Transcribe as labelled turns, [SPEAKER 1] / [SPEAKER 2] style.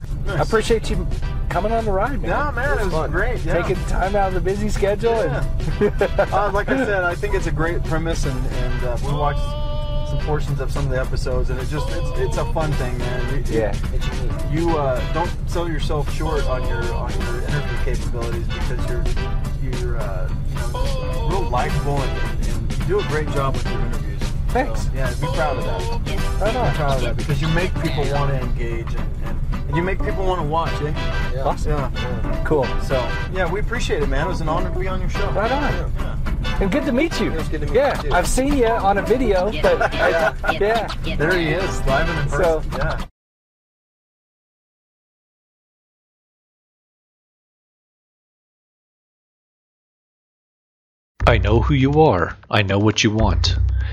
[SPEAKER 1] course.
[SPEAKER 2] I appreciate you coming on the ride, man.
[SPEAKER 1] No, man, it was
[SPEAKER 2] fun.
[SPEAKER 1] great, yeah.
[SPEAKER 2] Taking time out of the busy schedule. And
[SPEAKER 1] uh, like I said, I think it's a great premise, and, and uh, we watched some portions of some of the episodes, and it just it's, it's a fun thing, man. You-
[SPEAKER 2] yeah.
[SPEAKER 3] It's unique.
[SPEAKER 1] You uh, don't sell yourself short on your on your interview capabilities because you're you're uh, you know just real likable and, and you do a great job with your interviews.
[SPEAKER 2] Thanks.
[SPEAKER 1] So, yeah, be proud of that.
[SPEAKER 2] I
[SPEAKER 1] I'm
[SPEAKER 2] know.
[SPEAKER 1] proud of that because you make people want to engage and, and, and you make people want to watch. Eh?
[SPEAKER 3] Yeah.
[SPEAKER 2] Awesome.
[SPEAKER 1] Yeah.
[SPEAKER 2] Cool.
[SPEAKER 1] So yeah, we appreciate it, man. It was an honor to be on your show.
[SPEAKER 2] Right on.
[SPEAKER 1] Yeah.
[SPEAKER 2] And good to meet you.
[SPEAKER 3] It was good to meet
[SPEAKER 2] yeah,
[SPEAKER 3] you, too.
[SPEAKER 2] I've seen you on a video, but I, yeah.
[SPEAKER 1] There he is, live and in
[SPEAKER 2] So-
[SPEAKER 1] person. yeah.
[SPEAKER 4] I know who you are. I know what you want.